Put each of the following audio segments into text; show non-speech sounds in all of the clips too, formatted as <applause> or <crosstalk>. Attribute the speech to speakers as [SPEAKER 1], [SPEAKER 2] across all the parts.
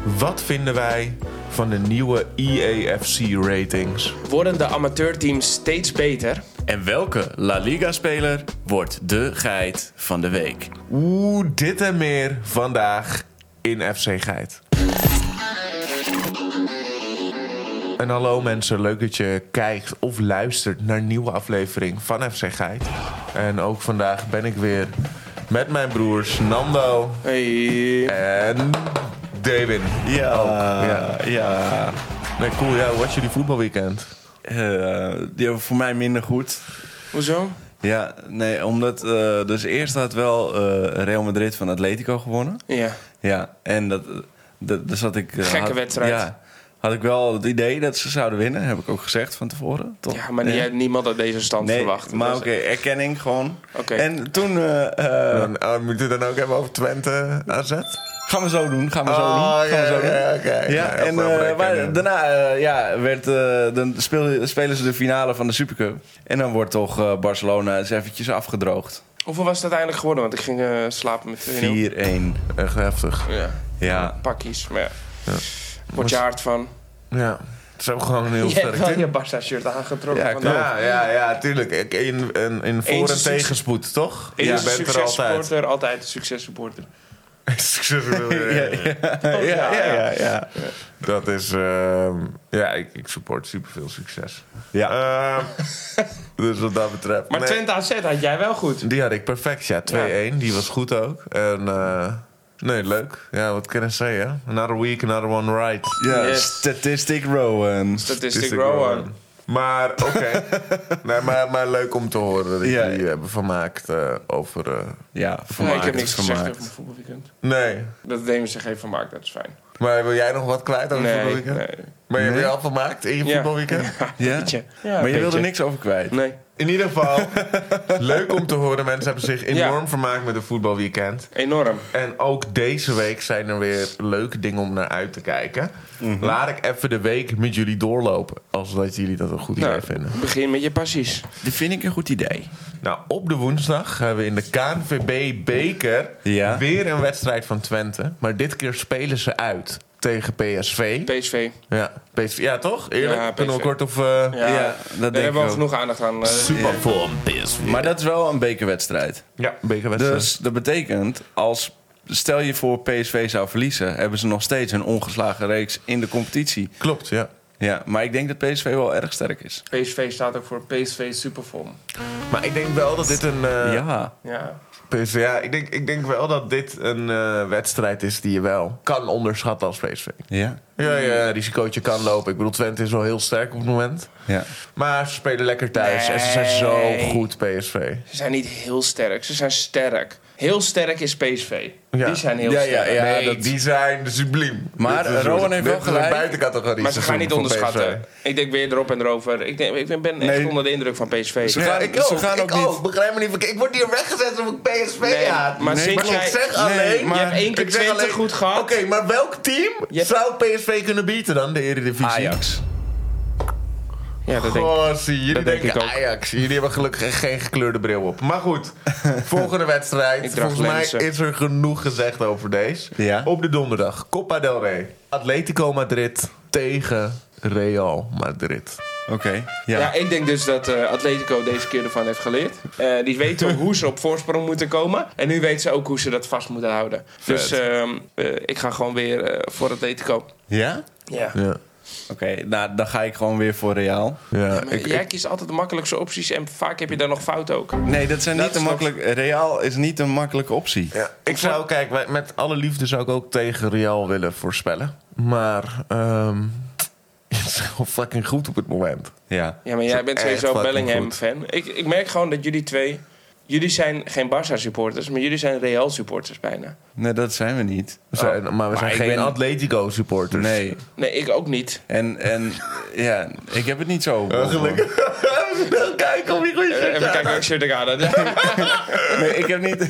[SPEAKER 1] Wat vinden wij van de nieuwe E EAFC-ratings?
[SPEAKER 2] Worden de amateurteams steeds beter?
[SPEAKER 3] En welke La Liga-speler wordt de geit van de week?
[SPEAKER 1] Oeh, dit en meer vandaag in FC Geit. En hallo mensen, leuk dat je kijkt of luistert naar een nieuwe aflevering van FC Geit. En ook vandaag ben ik weer met mijn broers Nando
[SPEAKER 2] Hey.
[SPEAKER 1] en David.
[SPEAKER 3] Ja,
[SPEAKER 1] ja.
[SPEAKER 3] ja.
[SPEAKER 1] Nee, cool, ja, hoe was jullie voetbalweekend?
[SPEAKER 3] Eh, die hebben voor mij minder goed.
[SPEAKER 2] Hoezo?
[SPEAKER 3] Ja, nee, omdat... eh, dus eerst had wel eh, Real Madrid van Atletico gewonnen.
[SPEAKER 2] Ja.
[SPEAKER 3] Ja, en dat, dat, dus had ik... eh,
[SPEAKER 2] Gekke
[SPEAKER 3] had-
[SPEAKER 2] wedstrijd.
[SPEAKER 3] Ja, had ik wel het idee dat ze zouden winnen. Heb ik ook gezegd van tevoren, toch?
[SPEAKER 2] ja, maar jij
[SPEAKER 3] Ja.
[SPEAKER 2] hebt niemand uit deze stand
[SPEAKER 3] Nee,
[SPEAKER 2] verwacht. Dus,
[SPEAKER 3] maar
[SPEAKER 2] Dat
[SPEAKER 3] oké,
[SPEAKER 2] is-
[SPEAKER 3] erkenning gewoon.
[SPEAKER 2] Oké.
[SPEAKER 3] En toen eh, eh,
[SPEAKER 1] Dan, oh, moet je het dan ook hebben over Twente AZ?
[SPEAKER 3] gaan we zo doen, gaan we zo doen,
[SPEAKER 1] Oh,
[SPEAKER 3] gaan
[SPEAKER 1] ja,
[SPEAKER 3] we zo doen.
[SPEAKER 1] ja, oké.
[SPEAKER 3] Ja,
[SPEAKER 1] Ja,
[SPEAKER 3] en
[SPEAKER 1] voor-
[SPEAKER 3] eh,
[SPEAKER 1] voor-
[SPEAKER 3] maar
[SPEAKER 1] voor-
[SPEAKER 3] daarna eh, ja, werd, eh, dan speelde, spelen ze de finale van de Supercup. En dan wordt toch eh, Barcelona eens eventjes afgedroogd. 4-1.
[SPEAKER 2] eh, Hoeveel was het uiteindelijk geworden? Want ik ging eh, slapen met 2-0.
[SPEAKER 1] Echt heftig.
[SPEAKER 2] Ja.
[SPEAKER 3] Ja.
[SPEAKER 2] Pakjes. Maar ja. Word je hard van.
[SPEAKER 1] Ja, het is ook gewoon
[SPEAKER 3] <laughs>
[SPEAKER 1] een heel
[SPEAKER 2] Je hebt
[SPEAKER 1] sterk
[SPEAKER 2] wel
[SPEAKER 1] team.
[SPEAKER 2] je Barca-shirt aangetrokken.
[SPEAKER 3] Ja,
[SPEAKER 2] want
[SPEAKER 3] klopt.
[SPEAKER 1] Ja, ja, ja, tuurlijk. Ik- In, in, in voor- en
[SPEAKER 2] succes-
[SPEAKER 1] tegenspoed, toch?
[SPEAKER 2] Eén
[SPEAKER 1] Je
[SPEAKER 2] is een
[SPEAKER 1] bent er <laughs> altijd.
[SPEAKER 2] successupporter, altijd een successupporter.
[SPEAKER 3] <laughs>
[SPEAKER 1] Succes.
[SPEAKER 2] Oh,
[SPEAKER 3] Ja, ja, ja, ja.
[SPEAKER 1] Dat is... ehm, ja, ik, ik support superveel succes.
[SPEAKER 3] Ja.
[SPEAKER 1] Ehm, <laughs> dus wat dat betreft...
[SPEAKER 2] Maar
[SPEAKER 1] nee,
[SPEAKER 2] Twente AZ had jij wel goed.
[SPEAKER 1] Die had ik perfect, ja. 2-1, die was goed ook. En... eh, nee, leuk. Ja, wat kan ik zeggen? Another week, another one right.
[SPEAKER 3] Ja,
[SPEAKER 2] Yes.
[SPEAKER 3] Statistic Rowan.
[SPEAKER 2] Statistic Rowan.
[SPEAKER 1] eh, Maar oké.
[SPEAKER 2] <laughs>
[SPEAKER 1] nee, maar, maar leuk om te horen dat
[SPEAKER 3] Ja.
[SPEAKER 1] jullie hebben vermaakt eh, over. eh,
[SPEAKER 3] Ja,
[SPEAKER 2] Nee,
[SPEAKER 3] vermaakt.
[SPEAKER 2] ik heb niks gezegd
[SPEAKER 3] vermaakt.
[SPEAKER 2] over mijn voetbalweekend.
[SPEAKER 1] nee.
[SPEAKER 2] Dat Damon zich heeft vermaakt, dat is fijn.
[SPEAKER 1] Maar wil jij nog wat kwijt over
[SPEAKER 2] Nee,
[SPEAKER 1] voetbalweekend?
[SPEAKER 2] nee.
[SPEAKER 1] Maar je hebt je al vermaakt in je
[SPEAKER 2] <laughs> Ja.
[SPEAKER 1] voetbalweekend?
[SPEAKER 3] Ja?
[SPEAKER 2] Beetje. Ja,
[SPEAKER 3] maar je wilde
[SPEAKER 2] beetje.
[SPEAKER 3] niks over kwijt.
[SPEAKER 2] Nee.
[SPEAKER 1] In ieder geval, <laughs> leuk om te horen. Mensen hebben zich enorm
[SPEAKER 2] Ja.
[SPEAKER 1] vermaakt met het voetbalweekend.
[SPEAKER 2] Enorm.
[SPEAKER 1] En ook deze week zijn er weer leuke dingen om naar uit te kijken.
[SPEAKER 2] Mhm.
[SPEAKER 1] Laat ik even de week met jullie doorlopen. Als dat jullie dat een goed idee
[SPEAKER 2] Nou,
[SPEAKER 1] vinden.
[SPEAKER 2] begin met je passies.
[SPEAKER 3] Dat vind ik een goed idee.
[SPEAKER 1] Nou, op de woensdag hebben we in de KNVB-beker
[SPEAKER 3] Ja.
[SPEAKER 1] weer een wedstrijd van Twente. Maar dit keer spelen ze uit tegen PSV.
[SPEAKER 2] PSV.
[SPEAKER 1] ja, PSV. ja, toch? Eerlijk?
[SPEAKER 2] Ja,
[SPEAKER 1] Kunnen we
[SPEAKER 2] PSV.
[SPEAKER 1] kort of... eh
[SPEAKER 2] Ja,
[SPEAKER 3] Ja,
[SPEAKER 2] daar
[SPEAKER 3] dat denk
[SPEAKER 2] hebben
[SPEAKER 3] ik
[SPEAKER 2] we al
[SPEAKER 3] ook.
[SPEAKER 2] genoeg aandacht aan. eh.
[SPEAKER 1] Supervorm PSV.
[SPEAKER 3] Maar dat is wel een bekerwedstrijd.
[SPEAKER 1] Ja, bekerwedstrijd.
[SPEAKER 3] Dus dat betekent, als stel je voor PSV zou verliezen, hebben ze nog steeds een ongeslagen reeks in de competitie.
[SPEAKER 1] Klopt, ja.
[SPEAKER 3] Ja, maar ik denk dat PSV wel erg sterk is.
[SPEAKER 2] PSV staat ook voor PSV Superform.
[SPEAKER 1] Maar ik denk wel dat dit een... eh
[SPEAKER 3] ja.
[SPEAKER 2] Ja.
[SPEAKER 1] PSV, ja, ik denk, ik denk wel dat dit een eh, wedstrijd is die je wel kan onderschatten als PSV.
[SPEAKER 3] Ja.
[SPEAKER 1] Ja,
[SPEAKER 2] Hmm.
[SPEAKER 1] ja, risicootje kan lopen. Ik bedoel, Twente is wel heel sterk op het moment.
[SPEAKER 3] Ja.
[SPEAKER 1] Maar ze spelen lekker thuis en ze zijn zo
[SPEAKER 2] Nee.
[SPEAKER 1] goed, PSV.
[SPEAKER 2] Ze zijn niet heel sterk, ze zijn sterk. Heel sterk is PSV.
[SPEAKER 1] Ja.
[SPEAKER 2] Die zijn heel
[SPEAKER 3] Ja, ja,
[SPEAKER 2] sterk.
[SPEAKER 3] ja.
[SPEAKER 1] nee,
[SPEAKER 3] dat-
[SPEAKER 1] dat- die zijn subliem.
[SPEAKER 3] Maar
[SPEAKER 1] Dit is
[SPEAKER 3] Rowan
[SPEAKER 1] een-
[SPEAKER 3] heeft wel
[SPEAKER 1] dit is een
[SPEAKER 3] gelijk.
[SPEAKER 1] buitencategorie
[SPEAKER 2] Maar ze gaan
[SPEAKER 1] seizoen
[SPEAKER 2] niet
[SPEAKER 1] voor
[SPEAKER 2] onderschatten.
[SPEAKER 1] PSV.
[SPEAKER 2] Ik denk weer erop en erover. Ik, denk, ik ben echt
[SPEAKER 3] Nee.
[SPEAKER 2] onder de indruk van PSV.
[SPEAKER 3] Ze
[SPEAKER 1] Ja,
[SPEAKER 3] gaan-
[SPEAKER 1] ik
[SPEAKER 3] ze
[SPEAKER 1] ook,
[SPEAKER 3] gaan
[SPEAKER 1] ik
[SPEAKER 3] ook niet-
[SPEAKER 1] ook. Begrijp me niet verkeerd. Ik word hier weggezet omdat ik PSV
[SPEAKER 2] Nee,
[SPEAKER 1] haat.
[SPEAKER 2] maar Nee, sinds
[SPEAKER 1] ik
[SPEAKER 2] jij-
[SPEAKER 1] zeg
[SPEAKER 3] nee,
[SPEAKER 1] alleen...
[SPEAKER 3] maar-
[SPEAKER 2] je hebt één keer
[SPEAKER 1] ik zeg
[SPEAKER 2] 20
[SPEAKER 1] alleen-
[SPEAKER 2] goed gehad.
[SPEAKER 1] Oké, maar welk team
[SPEAKER 2] hebt-
[SPEAKER 1] zou PSV kunnen bieden dan, de Eredivisie?
[SPEAKER 3] Ajax.
[SPEAKER 2] Ja, dat denk ik.
[SPEAKER 1] Oh, zie, jullie
[SPEAKER 2] Dat denk
[SPEAKER 1] denken
[SPEAKER 2] ik ook.
[SPEAKER 1] Ajax. Jullie hebben gelukkig geen gekleurde bril op. Maar
[SPEAKER 2] <laughs>
[SPEAKER 1] goed, volgende wedstrijd.
[SPEAKER 2] Ik draag
[SPEAKER 1] Volgens mij
[SPEAKER 2] lenzen.
[SPEAKER 1] is er genoeg gezegd over deze.
[SPEAKER 3] Ja.
[SPEAKER 1] Op de donderdag, Copa del Rey. Atletico Madrid tegen Real Madrid.
[SPEAKER 3] Oké.
[SPEAKER 2] Ja.
[SPEAKER 3] Ja. Ja.
[SPEAKER 2] ik denk dus dat eh, Atletico deze keer ervan heeft geleerd. Eh, die
[SPEAKER 3] <laughs>
[SPEAKER 2] weten hoe ze op voorsprong moeten komen. En nu weten ze ook hoe ze dat vast moeten houden. Dus ehm, eh, ik ga gewoon weer eh, voor Atletico. Ja.
[SPEAKER 1] Ja,
[SPEAKER 3] Oké, nou dan ga ik gewoon weer voor Real.
[SPEAKER 1] ja.
[SPEAKER 2] Maar
[SPEAKER 1] ik,
[SPEAKER 2] jij
[SPEAKER 1] ik-
[SPEAKER 2] kiest altijd de makkelijkste opties en vaak heb je daar nog fout ook.
[SPEAKER 3] Nee, dat zijn
[SPEAKER 2] Dat
[SPEAKER 3] niet een
[SPEAKER 2] is nog-
[SPEAKER 3] makkelijk. Real is niet een makkelijke optie.
[SPEAKER 1] ja. ik zou, kijk, wij- met alle liefde zou ik ook tegen Real willen voorspellen. Maar, ehm <laughs> het is gewoon fucking goed op het moment.
[SPEAKER 3] Ja.
[SPEAKER 2] Ja, maar jij bent
[SPEAKER 1] echt
[SPEAKER 2] sowieso
[SPEAKER 1] fucking
[SPEAKER 2] Bellingham-fan. Ik, ik merk gewoon dat jullie twee... Jullie zijn geen Barca-supporters, maar jullie zijn Real-supporters bijna.
[SPEAKER 3] Nee, dat zijn we niet. Oh,
[SPEAKER 1] We
[SPEAKER 2] Oh,
[SPEAKER 1] zijn, maar we
[SPEAKER 3] maar
[SPEAKER 1] zijn
[SPEAKER 3] ik
[SPEAKER 1] geen
[SPEAKER 3] ben-
[SPEAKER 1] Atletico supporters. <laughs>
[SPEAKER 3] Nee.
[SPEAKER 2] Nee, ik ook niet.
[SPEAKER 3] En, en ja, ik heb het niet zo.
[SPEAKER 1] <laughs> Gelukkig. Snel kijken of je goed
[SPEAKER 2] Eh, Even kijken welk shirt ik aan had.
[SPEAKER 3] <laughs> Nee, ik heb niet. <laughs>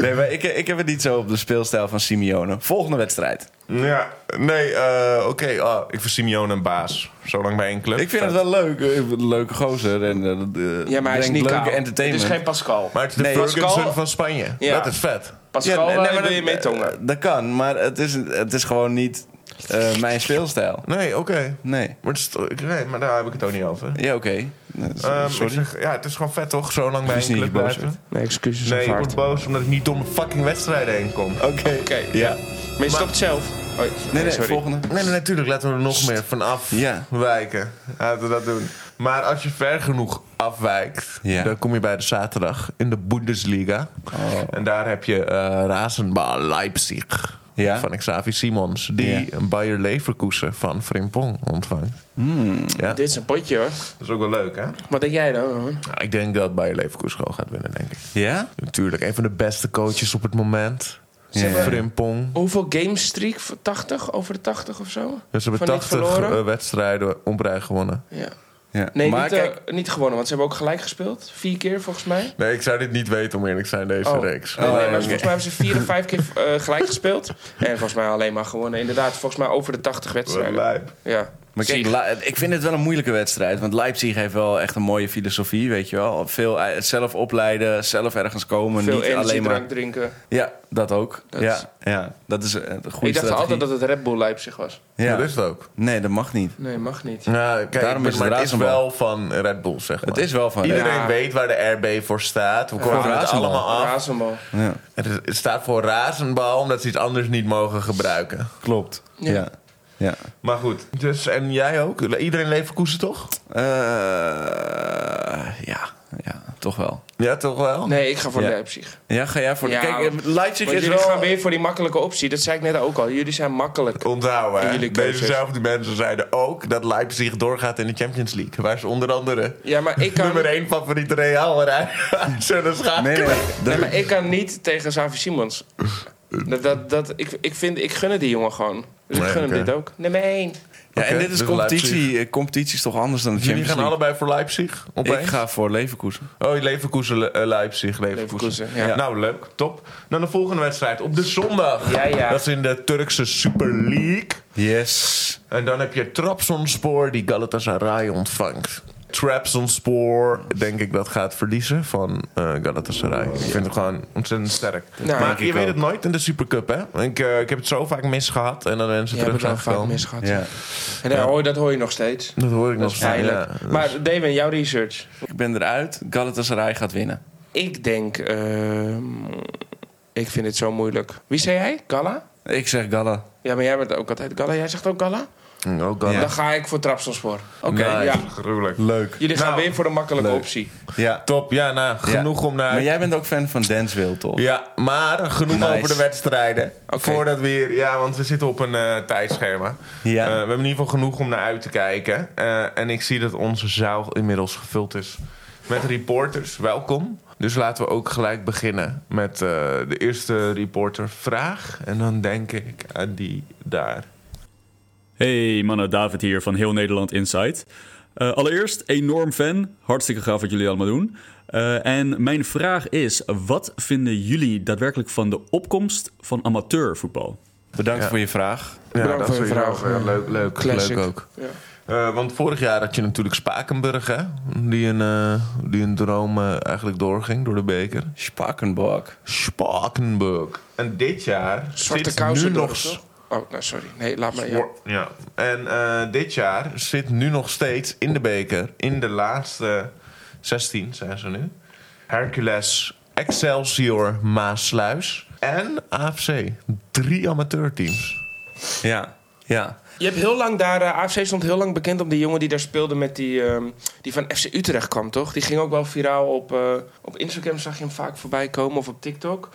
[SPEAKER 3] nee, maar ik, ik heb het niet zo op de speelstijl van Simeone. Volgende wedstrijd.
[SPEAKER 1] Ja, nee, eh, oké. ah, ik vind Simeone een baas. Zolang bij één club.
[SPEAKER 3] Ik vind het wel leuk. eh, een Leuke gozer. En, eh,
[SPEAKER 2] Ja, maar hij is
[SPEAKER 3] brengt
[SPEAKER 2] niet
[SPEAKER 3] leuke
[SPEAKER 2] kaal.
[SPEAKER 3] entertainment.
[SPEAKER 2] Het is geen Pascal.
[SPEAKER 1] Maar het is de
[SPEAKER 3] Nee,
[SPEAKER 1] Ferguson
[SPEAKER 2] Pascal-
[SPEAKER 1] van Spanje.
[SPEAKER 2] Ja.
[SPEAKER 1] Dat is vet.
[SPEAKER 2] Pascal,
[SPEAKER 3] nee,
[SPEAKER 2] waar
[SPEAKER 3] maar
[SPEAKER 2] wil je
[SPEAKER 3] dat- eh,
[SPEAKER 2] mee tongen?
[SPEAKER 3] Dat kan, maar het is, het is gewoon niet eh, mijn speelstijl.
[SPEAKER 1] Nee, oké.
[SPEAKER 3] Nee.
[SPEAKER 1] Maar, het is toch- ik- nee, maar daar heb ik het ook niet over.
[SPEAKER 3] Ja, oké. Nou,
[SPEAKER 1] Ehm, ik
[SPEAKER 3] Sorry.
[SPEAKER 1] zeg, ja, het is gewoon vet toch, zo lang bij
[SPEAKER 3] Is
[SPEAKER 1] een
[SPEAKER 3] niet
[SPEAKER 1] club
[SPEAKER 3] boos
[SPEAKER 1] blijven.
[SPEAKER 2] Nee, excuses
[SPEAKER 1] Nee, ik
[SPEAKER 2] aanvaard.
[SPEAKER 1] word boos omdat ik niet door mijn fucking wedstrijden heen kom.
[SPEAKER 3] Oké.
[SPEAKER 2] Oké.
[SPEAKER 3] Ja.
[SPEAKER 2] Maar je stopt zelf. Oh, nee,
[SPEAKER 3] Nee, nee,
[SPEAKER 2] sorry.
[SPEAKER 3] volgende.
[SPEAKER 1] Nee, nee, natuurlijk. Laten we er nog meer van
[SPEAKER 3] Ja.
[SPEAKER 1] afwijken. Laten we dat doen. Maar als je ver genoeg afwijkt,
[SPEAKER 3] Ja. Oh.
[SPEAKER 1] dan kom je bij de zaterdag in de Bundesliga. En daar heb je eh Rasenball Leipzig
[SPEAKER 3] Ja.
[SPEAKER 1] van Xavi Simons. Die
[SPEAKER 3] Ja.
[SPEAKER 1] een Bayer Leverkusen van Frimpong ontvangt. Ja.
[SPEAKER 2] Dit is een potje hoor.
[SPEAKER 1] Dat is ook wel leuk, hè?
[SPEAKER 2] Wat denk jij dan? hoor?
[SPEAKER 1] Nou, ik denk dat Bayer Leverkusen gewoon gaat winnen, denk ik.
[SPEAKER 3] Ja?
[SPEAKER 1] Natuurlijk, een van de beste coaches op het moment.
[SPEAKER 3] Zeg maar-
[SPEAKER 1] Frimpong.
[SPEAKER 2] Hoeveel gamestreak? Voor 80? Over de 80 of zo?
[SPEAKER 1] Dus ze hebben
[SPEAKER 2] Van niet
[SPEAKER 1] 80
[SPEAKER 2] verloren?
[SPEAKER 1] eh, wedstrijden onbreid gewonnen.
[SPEAKER 2] Ja.
[SPEAKER 3] ja.
[SPEAKER 2] Nee,
[SPEAKER 3] maar
[SPEAKER 2] niet, eh,
[SPEAKER 3] kijk,
[SPEAKER 2] niet gewonnen, want ze hebben ook gelijk gespeeld. Vier keer volgens mij.
[SPEAKER 1] Nee, ik zou dit niet weten om eerlijk te zijn, deze
[SPEAKER 2] Oh.
[SPEAKER 1] reeks.
[SPEAKER 2] Nee, nee, maar
[SPEAKER 3] oké.
[SPEAKER 2] volgens mij hebben ze vier of vijf keer eh, gelijk gespeeld. En volgens mij alleen maar gewonnen. Inderdaad, volgens mij over de 80 wedstrijden.
[SPEAKER 1] lijp.
[SPEAKER 2] Ja.
[SPEAKER 3] maar kijk,
[SPEAKER 2] Zie-
[SPEAKER 3] La- ik vind het wel een moeilijke wedstrijd. Want Leipzig heeft wel echt een mooie filosofie, weet je wel. Veel eh, zelf opleiden, zelf ergens komen.
[SPEAKER 2] veel
[SPEAKER 3] niet alleen maar...
[SPEAKER 2] energiedrank drinken.
[SPEAKER 3] Ja, dat ook.
[SPEAKER 2] Dat
[SPEAKER 3] ja,
[SPEAKER 2] is-
[SPEAKER 3] ja, dat is eh, een goede
[SPEAKER 2] ik dacht
[SPEAKER 3] strategie.
[SPEAKER 2] altijd dat het Red Bull Leipzig was.
[SPEAKER 3] Ja.
[SPEAKER 1] Dat is het ook.
[SPEAKER 3] Nee, dat mag niet.
[SPEAKER 2] Nee, mag niet.
[SPEAKER 1] Nou, kijk,
[SPEAKER 3] Daarom
[SPEAKER 1] maar
[SPEAKER 3] is het
[SPEAKER 1] het is
[SPEAKER 3] razenbal.
[SPEAKER 1] wel van Red Bull, zeg maar.
[SPEAKER 3] Het is wel van...
[SPEAKER 1] Iedereen
[SPEAKER 2] Ja.
[SPEAKER 1] weet waar de RB voor staat. We kwamen het
[SPEAKER 3] razenbal.
[SPEAKER 1] allemaal af.
[SPEAKER 2] Razenbal.
[SPEAKER 3] Ja,
[SPEAKER 1] Het, is- het staat voor razenbal, omdat ze iets anders niet mogen gebruiken.
[SPEAKER 3] klopt.
[SPEAKER 2] Ja.
[SPEAKER 3] Ja. ja.
[SPEAKER 1] Maar goed. Dus, en jij ook? Iedereen Leverkusen toch?
[SPEAKER 3] Eh, ja, ja, toch wel.
[SPEAKER 1] Ja, toch wel?
[SPEAKER 2] Nee, ik ga voor
[SPEAKER 3] Ja.
[SPEAKER 2] Leipzig.
[SPEAKER 3] Ja, ga jij voor...
[SPEAKER 2] Ja,
[SPEAKER 3] kijk, eh, Leipzig
[SPEAKER 2] Want
[SPEAKER 3] is
[SPEAKER 2] jullie
[SPEAKER 3] wel...
[SPEAKER 2] gaan weer voor die makkelijke optie. Dat zei ik net ook al. Jullie zijn makkelijk.
[SPEAKER 1] Onthouden,
[SPEAKER 2] En
[SPEAKER 1] hè?
[SPEAKER 2] jullie keuzes.
[SPEAKER 1] Dezezelfde mensen zeiden ook dat Leipzig doorgaat in de Champions League. Waar ze onder andere
[SPEAKER 2] Ja, maar ik kan,
[SPEAKER 1] nummer 1 favoriet Real eruit <laughs> zullen schakelen.
[SPEAKER 3] Nee, nee,
[SPEAKER 2] nee,
[SPEAKER 3] dat-
[SPEAKER 2] maar ik kan niet tegen Xavi Simons. Dat, dat, dat, ik, ik, vind, ik gun het die jongen gewoon. Dus
[SPEAKER 1] Nee,
[SPEAKER 2] ik gun
[SPEAKER 1] oké.
[SPEAKER 2] hem dit ook. Nummer 1.
[SPEAKER 3] ja,
[SPEAKER 1] Oké,
[SPEAKER 3] en dit is
[SPEAKER 1] dus
[SPEAKER 3] competitie. Eh, Competitie is toch anders dan de
[SPEAKER 1] Jullie
[SPEAKER 3] Champions
[SPEAKER 1] gaan
[SPEAKER 3] League?
[SPEAKER 1] allebei voor Leipzig? Opeens?
[SPEAKER 3] Ik ga voor Leverkusen.
[SPEAKER 1] Oh, Leverkusen, Le- eh, Leipzig, Leverkusen.
[SPEAKER 2] Leverkusen, ja.
[SPEAKER 1] Nou, leuk, top. Dan de volgende wedstrijd op de zondag.
[SPEAKER 2] Ja, ja.
[SPEAKER 1] Dat is in de Turkse Super League.
[SPEAKER 3] Yes.
[SPEAKER 1] En dan heb je Trabzonspor die Galatasaray ontvangt. Trabzonspor, denk ik dat gaat verliezen van eh, Galatasaray. Ik vind het gewoon ontzettend sterk.
[SPEAKER 2] Nou, denk
[SPEAKER 1] maar je
[SPEAKER 2] ik
[SPEAKER 1] weet
[SPEAKER 2] ook.
[SPEAKER 1] het nooit in de Supercup, hè? Ik, eh, ik heb het zo vaak misgehad en dan mensen
[SPEAKER 2] Ja, heb
[SPEAKER 1] terug zijn
[SPEAKER 2] ik al vaak
[SPEAKER 1] gekomen.
[SPEAKER 2] misgehad.
[SPEAKER 3] Ja.
[SPEAKER 2] En daar hoor, dat hoor je nog steeds.
[SPEAKER 1] Dat hoor ik
[SPEAKER 2] Dat
[SPEAKER 1] nog
[SPEAKER 2] is
[SPEAKER 1] steeds.
[SPEAKER 2] pijnlijk.
[SPEAKER 1] Ja, dat is-
[SPEAKER 2] maar Damon, jouw research.
[SPEAKER 3] Ik ben eruit. Galatasaray gaat winnen.
[SPEAKER 2] Ik denk... ehm, ik vind het zo moeilijk. Wie zei jij? Gala?
[SPEAKER 3] Ik zeg Galla.
[SPEAKER 2] Ja, maar jij bent ook altijd Gala. Jij zegt ook Gala?
[SPEAKER 1] Mm, Ook al.
[SPEAKER 3] Ja.
[SPEAKER 2] Dan ga ik voor Trabzonspor.
[SPEAKER 3] Oké.
[SPEAKER 1] Nice.
[SPEAKER 2] ja.
[SPEAKER 1] gruwelijk.
[SPEAKER 3] Leuk.
[SPEAKER 2] Jullie gaan
[SPEAKER 1] Nou,
[SPEAKER 2] weer voor de makkelijke
[SPEAKER 3] leuk.
[SPEAKER 2] optie.
[SPEAKER 3] Ja.
[SPEAKER 1] Top, ja, nou, genoeg
[SPEAKER 3] Ja.
[SPEAKER 1] om naar...
[SPEAKER 3] Maar jij bent ook fan van Danceville, toch?
[SPEAKER 1] Ja, maar genoeg
[SPEAKER 3] Nice.
[SPEAKER 1] over de wedstrijden.
[SPEAKER 2] Oké.
[SPEAKER 1] Voordat we hier... Ja, want we zitten op een eh, tijdschema.
[SPEAKER 3] Ja.
[SPEAKER 1] Eh, we hebben in ieder geval genoeg om naar uit te kijken. Eh, en ik zie dat onze zaal inmiddels gevuld is met reporters. Welkom. Dus laten we ook gelijk beginnen met eh, de eerste reportervraag. En dan denk ik aan die daar.
[SPEAKER 4] Hey mannen, David hier van Heel Nederland Insight. Eh, allereerst, enorm fan. Hartstikke gaaf wat jullie allemaal doen. Eh, en mijn vraag is, wat vinden jullie daadwerkelijk van de opkomst van amateurvoetbal?
[SPEAKER 3] Bedankt
[SPEAKER 1] Ja.
[SPEAKER 3] voor je vraag.
[SPEAKER 1] Ja,
[SPEAKER 2] Bedankt voor je
[SPEAKER 1] sowieso.
[SPEAKER 2] vraag,
[SPEAKER 1] Ja,
[SPEAKER 2] eh,
[SPEAKER 1] leuk, leuk,
[SPEAKER 2] classic.
[SPEAKER 1] leuk ook.
[SPEAKER 2] Ja.
[SPEAKER 1] Eh, want vorig jaar had je natuurlijk Spakenburg, hè? Die een, eh, die een droom eh, eigenlijk doorging door de beker.
[SPEAKER 3] Spakenbok.
[SPEAKER 1] Spakenburg. En dit jaar
[SPEAKER 2] Zwarte
[SPEAKER 1] zit
[SPEAKER 2] kousen
[SPEAKER 1] nu
[SPEAKER 2] dorp,
[SPEAKER 1] nog... s-
[SPEAKER 2] toch? Oh, nou sorry. Nee, laat maar. Ja.
[SPEAKER 1] Wor- Ja. En eh, dit jaar zit nu nog steeds in de beker. In de laatste 16 zijn ze nu. Hercules, Excelsior, Maasluis en AFC. Drie amateurteams.
[SPEAKER 3] Ja. Ja.
[SPEAKER 2] Je hebt heel lang daar... eh, AFC stond heel lang bekend om die jongen die daar speelde met die... ehm, die van FC Utrecht kwam, toch? Die ging ook wel viraal op... eh, op Instagram zag je hem vaak voorbij komen of op TikTok.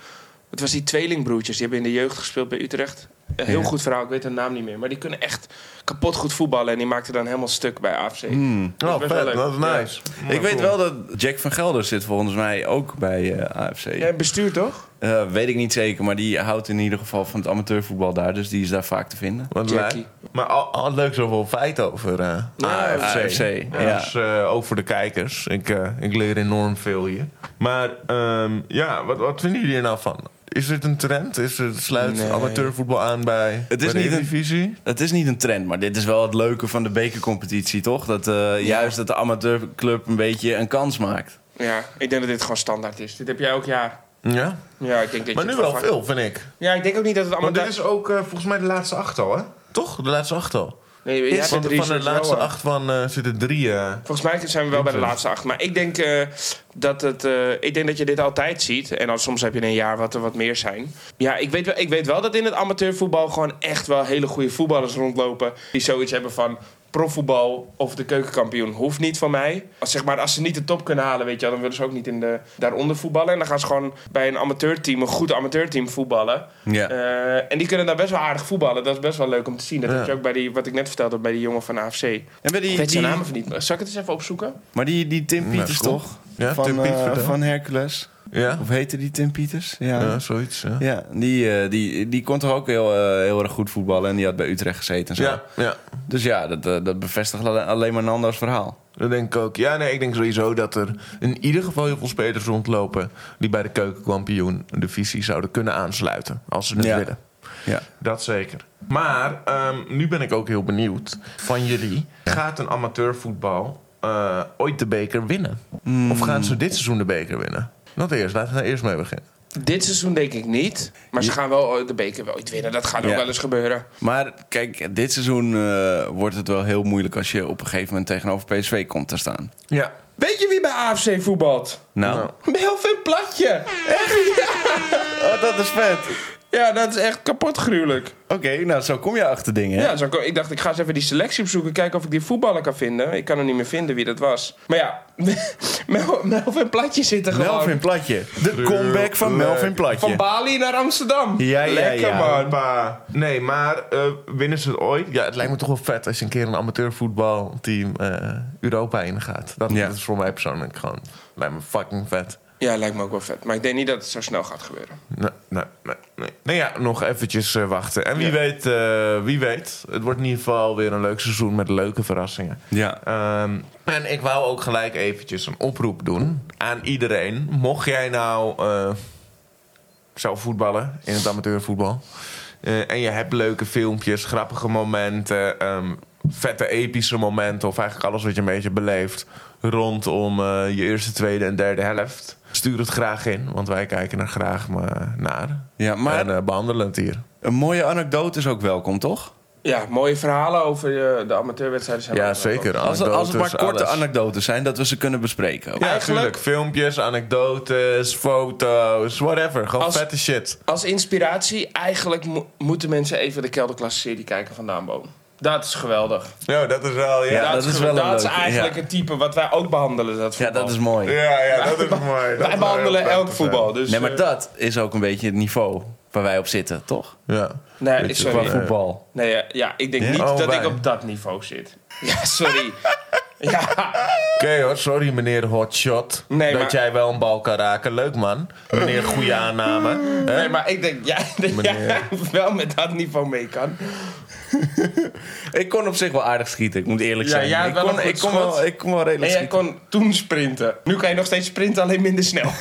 [SPEAKER 2] Het was die tweelingbroertjes. Die hebben in de jeugd gespeeld bij Utrecht. Een heel
[SPEAKER 3] Ja.
[SPEAKER 2] goed verhaal, ik weet hun naam niet meer. Maar die kunnen echt kapot goed voetballen. En die maakten dan helemaal stuk bij AFC.
[SPEAKER 3] Hmm.
[SPEAKER 2] Dat is
[SPEAKER 1] Oh,
[SPEAKER 2] best wel
[SPEAKER 1] vet.
[SPEAKER 2] leuk.
[SPEAKER 1] Dat is
[SPEAKER 2] Ja.
[SPEAKER 1] nice.
[SPEAKER 3] ik weet wel dat Jack van Gelder zit volgens mij ook bij eh, AFC.
[SPEAKER 2] Jij bestuurt toch?
[SPEAKER 3] Eh, weet ik niet zeker, maar die houdt in ieder geval van het amateurvoetbal daar. Dus die is daar vaak te vinden.
[SPEAKER 1] Wat
[SPEAKER 2] Jackie.
[SPEAKER 1] leuk. Maar al, al leuk zoveel feit over eh,
[SPEAKER 2] Ja,
[SPEAKER 1] AFC.
[SPEAKER 3] AFC, ja.
[SPEAKER 1] Dus eh, ook voor de kijkers. Ik, eh, ik leer enorm veel hier. Maar ehm, ja, wat, wat vinden jullie er nou van? Is dit een trend? Is het, sluit
[SPEAKER 2] Nee.
[SPEAKER 1] amateurvoetbal aan bij,
[SPEAKER 3] Het is
[SPEAKER 1] bij
[SPEAKER 3] niet
[SPEAKER 1] de
[SPEAKER 3] een-
[SPEAKER 1] divisie?
[SPEAKER 3] Het is niet een trend, maar dit is wel het leuke van de bekercompetitie, toch? Dat eh, juist dat de amateurclub een beetje een kans maakt.
[SPEAKER 2] Ja, ik denk dat dit gewoon standaard is. Dit heb jij elk jaar.
[SPEAKER 1] Ja,
[SPEAKER 2] Ja, ik denk dat
[SPEAKER 1] maar
[SPEAKER 2] je
[SPEAKER 1] nu
[SPEAKER 2] het
[SPEAKER 1] wel
[SPEAKER 2] vaak-
[SPEAKER 1] veel, vind ik.
[SPEAKER 2] Ja, ik denk ook niet dat het allemaal...
[SPEAKER 1] Want dit
[SPEAKER 2] daar-
[SPEAKER 1] is ook eh, volgens mij de laatste acht al, hè? Toch? De laatste acht al.
[SPEAKER 2] Nee, jij hebt
[SPEAKER 1] Want
[SPEAKER 2] het
[SPEAKER 1] van de
[SPEAKER 2] research wel,
[SPEAKER 1] laatste
[SPEAKER 2] eh.
[SPEAKER 1] acht van, eh, zitten drie. eh,
[SPEAKER 2] Volgens mij zijn we wel bij de laatste acht. Maar ik denk, eh, dat het, eh, ik denk dat je dit altijd ziet. En dan soms heb je in een jaar wat er wat meer zijn. Ja, ik weet, wel, ik weet wel dat in het amateurvoetbal gewoon echt wel hele goede voetballers rondlopen. Die zoiets hebben van profvoetbal of de keukenkampioen hoeft niet van mij. Als, zeg maar, als ze niet de top kunnen halen, weet je, wel, dan willen ze ook niet in de, daaronder voetballen. En dan gaan ze gewoon bij een amateurteam, een goed amateurteam voetballen.
[SPEAKER 3] Ja.
[SPEAKER 2] Eh, en die kunnen daar best wel aardig voetballen. Dat is best wel leuk om te zien. Dat
[SPEAKER 1] Ja.
[SPEAKER 2] heb je ook bij die, wat ik net vertelde, bij die jongen van AFC.
[SPEAKER 3] En bij die,
[SPEAKER 2] Ik weet zijn
[SPEAKER 3] die-
[SPEAKER 2] naam of niet. Zal ik het eens even opzoeken?
[SPEAKER 3] maar die, die Tim
[SPEAKER 1] Nou,
[SPEAKER 3] Pieters
[SPEAKER 1] cool.
[SPEAKER 3] toch?
[SPEAKER 1] Ja,
[SPEAKER 3] van,
[SPEAKER 1] Tim Pieters,
[SPEAKER 3] eh,
[SPEAKER 1] vertel.
[SPEAKER 3] van Hercules.
[SPEAKER 1] ja.
[SPEAKER 3] Of heette die Tim Pieters? Ja.
[SPEAKER 1] ja,
[SPEAKER 3] ja.
[SPEAKER 1] zoiets. Ja.
[SPEAKER 3] die, eh, die, die kon toch ook heel, eh, heel erg goed voetballen. En die had bij Utrecht gezeten en zo.
[SPEAKER 1] Ja, ja,
[SPEAKER 3] Dus ja, dat, eh, dat bevestigt alle- alleen maar Nando's verhaal.
[SPEAKER 1] dat denk ik ook. Ja, nee, ik denk sowieso dat er in ieder geval heel veel spelers rondlopen... die bij de keukenkampioen de visie zouden kunnen aansluiten. Als ze het
[SPEAKER 3] Ja.
[SPEAKER 1] willen.
[SPEAKER 3] Ja.
[SPEAKER 1] Dat zeker. Maar ehm, nu ben ik ook heel benieuwd van jullie. Gaat een amateurvoetbal eh, ooit de beker winnen?
[SPEAKER 3] Hmm.
[SPEAKER 1] Of gaan ze dit seizoen de beker winnen? Dat eerst, laten we daar eerst mee beginnen.
[SPEAKER 2] Dit seizoen denk ik niet. Maar ze gaan wel ooit de beker wel ooit winnen. Dat gaat
[SPEAKER 3] Ja.
[SPEAKER 2] ook wel eens gebeuren.
[SPEAKER 3] Maar kijk, dit seizoen eh, wordt het wel heel moeilijk als je op een gegeven moment tegenover PSV komt te staan.
[SPEAKER 1] Ja.
[SPEAKER 2] Weet je wie bij AFC voetbalt?
[SPEAKER 3] Nou,
[SPEAKER 2] Melvin Platje. Echt?
[SPEAKER 3] Oh, dat is vet.
[SPEAKER 2] Ja, dat is echt kapot gruwelijk.
[SPEAKER 3] Oké, nou zo kom je achter dingen.
[SPEAKER 2] Ja,
[SPEAKER 3] hè?
[SPEAKER 2] zo kon- ik dacht, ik ga eens even die selectie opzoeken. Kijken of ik die voetballer kan vinden. Ik kan er niet meer vinden wie dat was. Maar ja, <laughs> Mel- Melvin Platje zit er gewoon.
[SPEAKER 3] Melvin Platje. De comeback van
[SPEAKER 1] Leuk.
[SPEAKER 3] Melvin
[SPEAKER 2] Van
[SPEAKER 3] Platje.
[SPEAKER 2] Bali naar Amsterdam.
[SPEAKER 3] Ja, ja,
[SPEAKER 2] Lekker
[SPEAKER 3] ja.
[SPEAKER 2] man.
[SPEAKER 1] Hoppa. Nee, maar eh, winnen ze het ooit? Ja, het lijkt me toch wel vet als je een keer een amateurvoetbalteam eh Europa ingaat. Dat,
[SPEAKER 3] Ja.
[SPEAKER 1] dat is voor mij persoonlijk gewoon... Lijkt me fucking vet.
[SPEAKER 2] Ja, lijkt me ook wel vet. Maar ik denk niet dat het zo snel gaat gebeuren.
[SPEAKER 1] Nee, nee, nee, nee. Nou ja, nog eventjes eh, wachten. En wie,
[SPEAKER 2] Ja.
[SPEAKER 1] weet, eh, wie weet, het wordt in ieder geval weer een leuk seizoen met leuke verrassingen.
[SPEAKER 3] Ja.
[SPEAKER 1] Ehm, en ik wou ook gelijk eventjes een oproep doen aan iedereen. Mocht jij nou eh zou voetballen in het amateurvoetbal... eh, en je hebt leuke filmpjes, grappige momenten... ehm, vette epische momenten of eigenlijk alles wat je een beetje beleeft... rondom eh, je eerste, tweede en derde helft... stuur het graag in, want wij kijken er graag maar naar.
[SPEAKER 3] Ja, maar
[SPEAKER 1] en eh, behandelen het hier.
[SPEAKER 3] een mooie anekdote is ook welkom, toch?
[SPEAKER 2] Ja, mooie verhalen over eh, de amateurwedstrijden. zijn
[SPEAKER 1] Ja,
[SPEAKER 2] wel welkom.
[SPEAKER 1] zeker.
[SPEAKER 3] Als het, als het maar
[SPEAKER 1] Anekdotes,
[SPEAKER 3] korte
[SPEAKER 1] alles.
[SPEAKER 3] anekdotes zijn, dat we ze kunnen bespreken. ook.
[SPEAKER 1] Ja,
[SPEAKER 2] Eigenlijk-
[SPEAKER 1] natuurlijk. Filmpjes, anekdotes, foto's, whatever. Gewoon
[SPEAKER 2] Als-
[SPEAKER 1] vette shit.
[SPEAKER 2] Als inspiratie, eigenlijk mo- moeten mensen even de Kelderklasse serie kijken van Daanboom. Dat is geweldig.
[SPEAKER 1] Ja, dat is wel, ja. Ja,
[SPEAKER 3] dat is
[SPEAKER 2] gewel-
[SPEAKER 3] wel een
[SPEAKER 2] dat
[SPEAKER 3] leuke,
[SPEAKER 2] is eigenlijk
[SPEAKER 3] ja.
[SPEAKER 2] het type wat wij ook behandelen. Dat
[SPEAKER 3] Ja,
[SPEAKER 2] voetbal.
[SPEAKER 3] dat is mooi.
[SPEAKER 1] ja, dat
[SPEAKER 2] <laughs>
[SPEAKER 1] is mooi. Dat is
[SPEAKER 2] wij
[SPEAKER 1] wel
[SPEAKER 2] behandelen
[SPEAKER 1] heel
[SPEAKER 2] elk
[SPEAKER 1] vet.
[SPEAKER 2] voetbal. Dus,
[SPEAKER 3] Nee, maar
[SPEAKER 2] eh,
[SPEAKER 3] dat is ook een beetje het niveau waar wij op zitten, toch?
[SPEAKER 1] Ja.
[SPEAKER 2] Nee,
[SPEAKER 1] Weet je,
[SPEAKER 2] sorry.
[SPEAKER 1] qua
[SPEAKER 2] Eh.
[SPEAKER 3] Voetbal.
[SPEAKER 2] Nee, ja, ja, ik denk niet
[SPEAKER 1] Oh,
[SPEAKER 2] dat
[SPEAKER 1] wij.
[SPEAKER 2] ik op dat niveau zit. <laughs> Ja, sorry. ja,
[SPEAKER 1] Oké hoor, sorry meneer Hotshot.
[SPEAKER 2] Nee,
[SPEAKER 1] dat
[SPEAKER 2] maar-
[SPEAKER 1] jij wel een bal kan raken. Leuk man. Meneer goede
[SPEAKER 2] <laughs>
[SPEAKER 1] aanname. Hè?
[SPEAKER 2] nee, maar ik denk ja, <laughs> dat jij wel met dat niveau mee kan.
[SPEAKER 3] Ik kon op zich wel aardig schieten, ik moet eerlijk
[SPEAKER 2] Ja,
[SPEAKER 3] zijn.
[SPEAKER 2] jij had
[SPEAKER 3] ik,
[SPEAKER 2] wel
[SPEAKER 3] kon,
[SPEAKER 2] een goed
[SPEAKER 3] ik, kon
[SPEAKER 2] schot.
[SPEAKER 3] wel, ik kon wel redelijk
[SPEAKER 2] En jij
[SPEAKER 3] schieten.
[SPEAKER 2] kon toen sprinten. Nu kan je nog steeds sprinten, alleen minder
[SPEAKER 3] <laughs>
[SPEAKER 2] snel.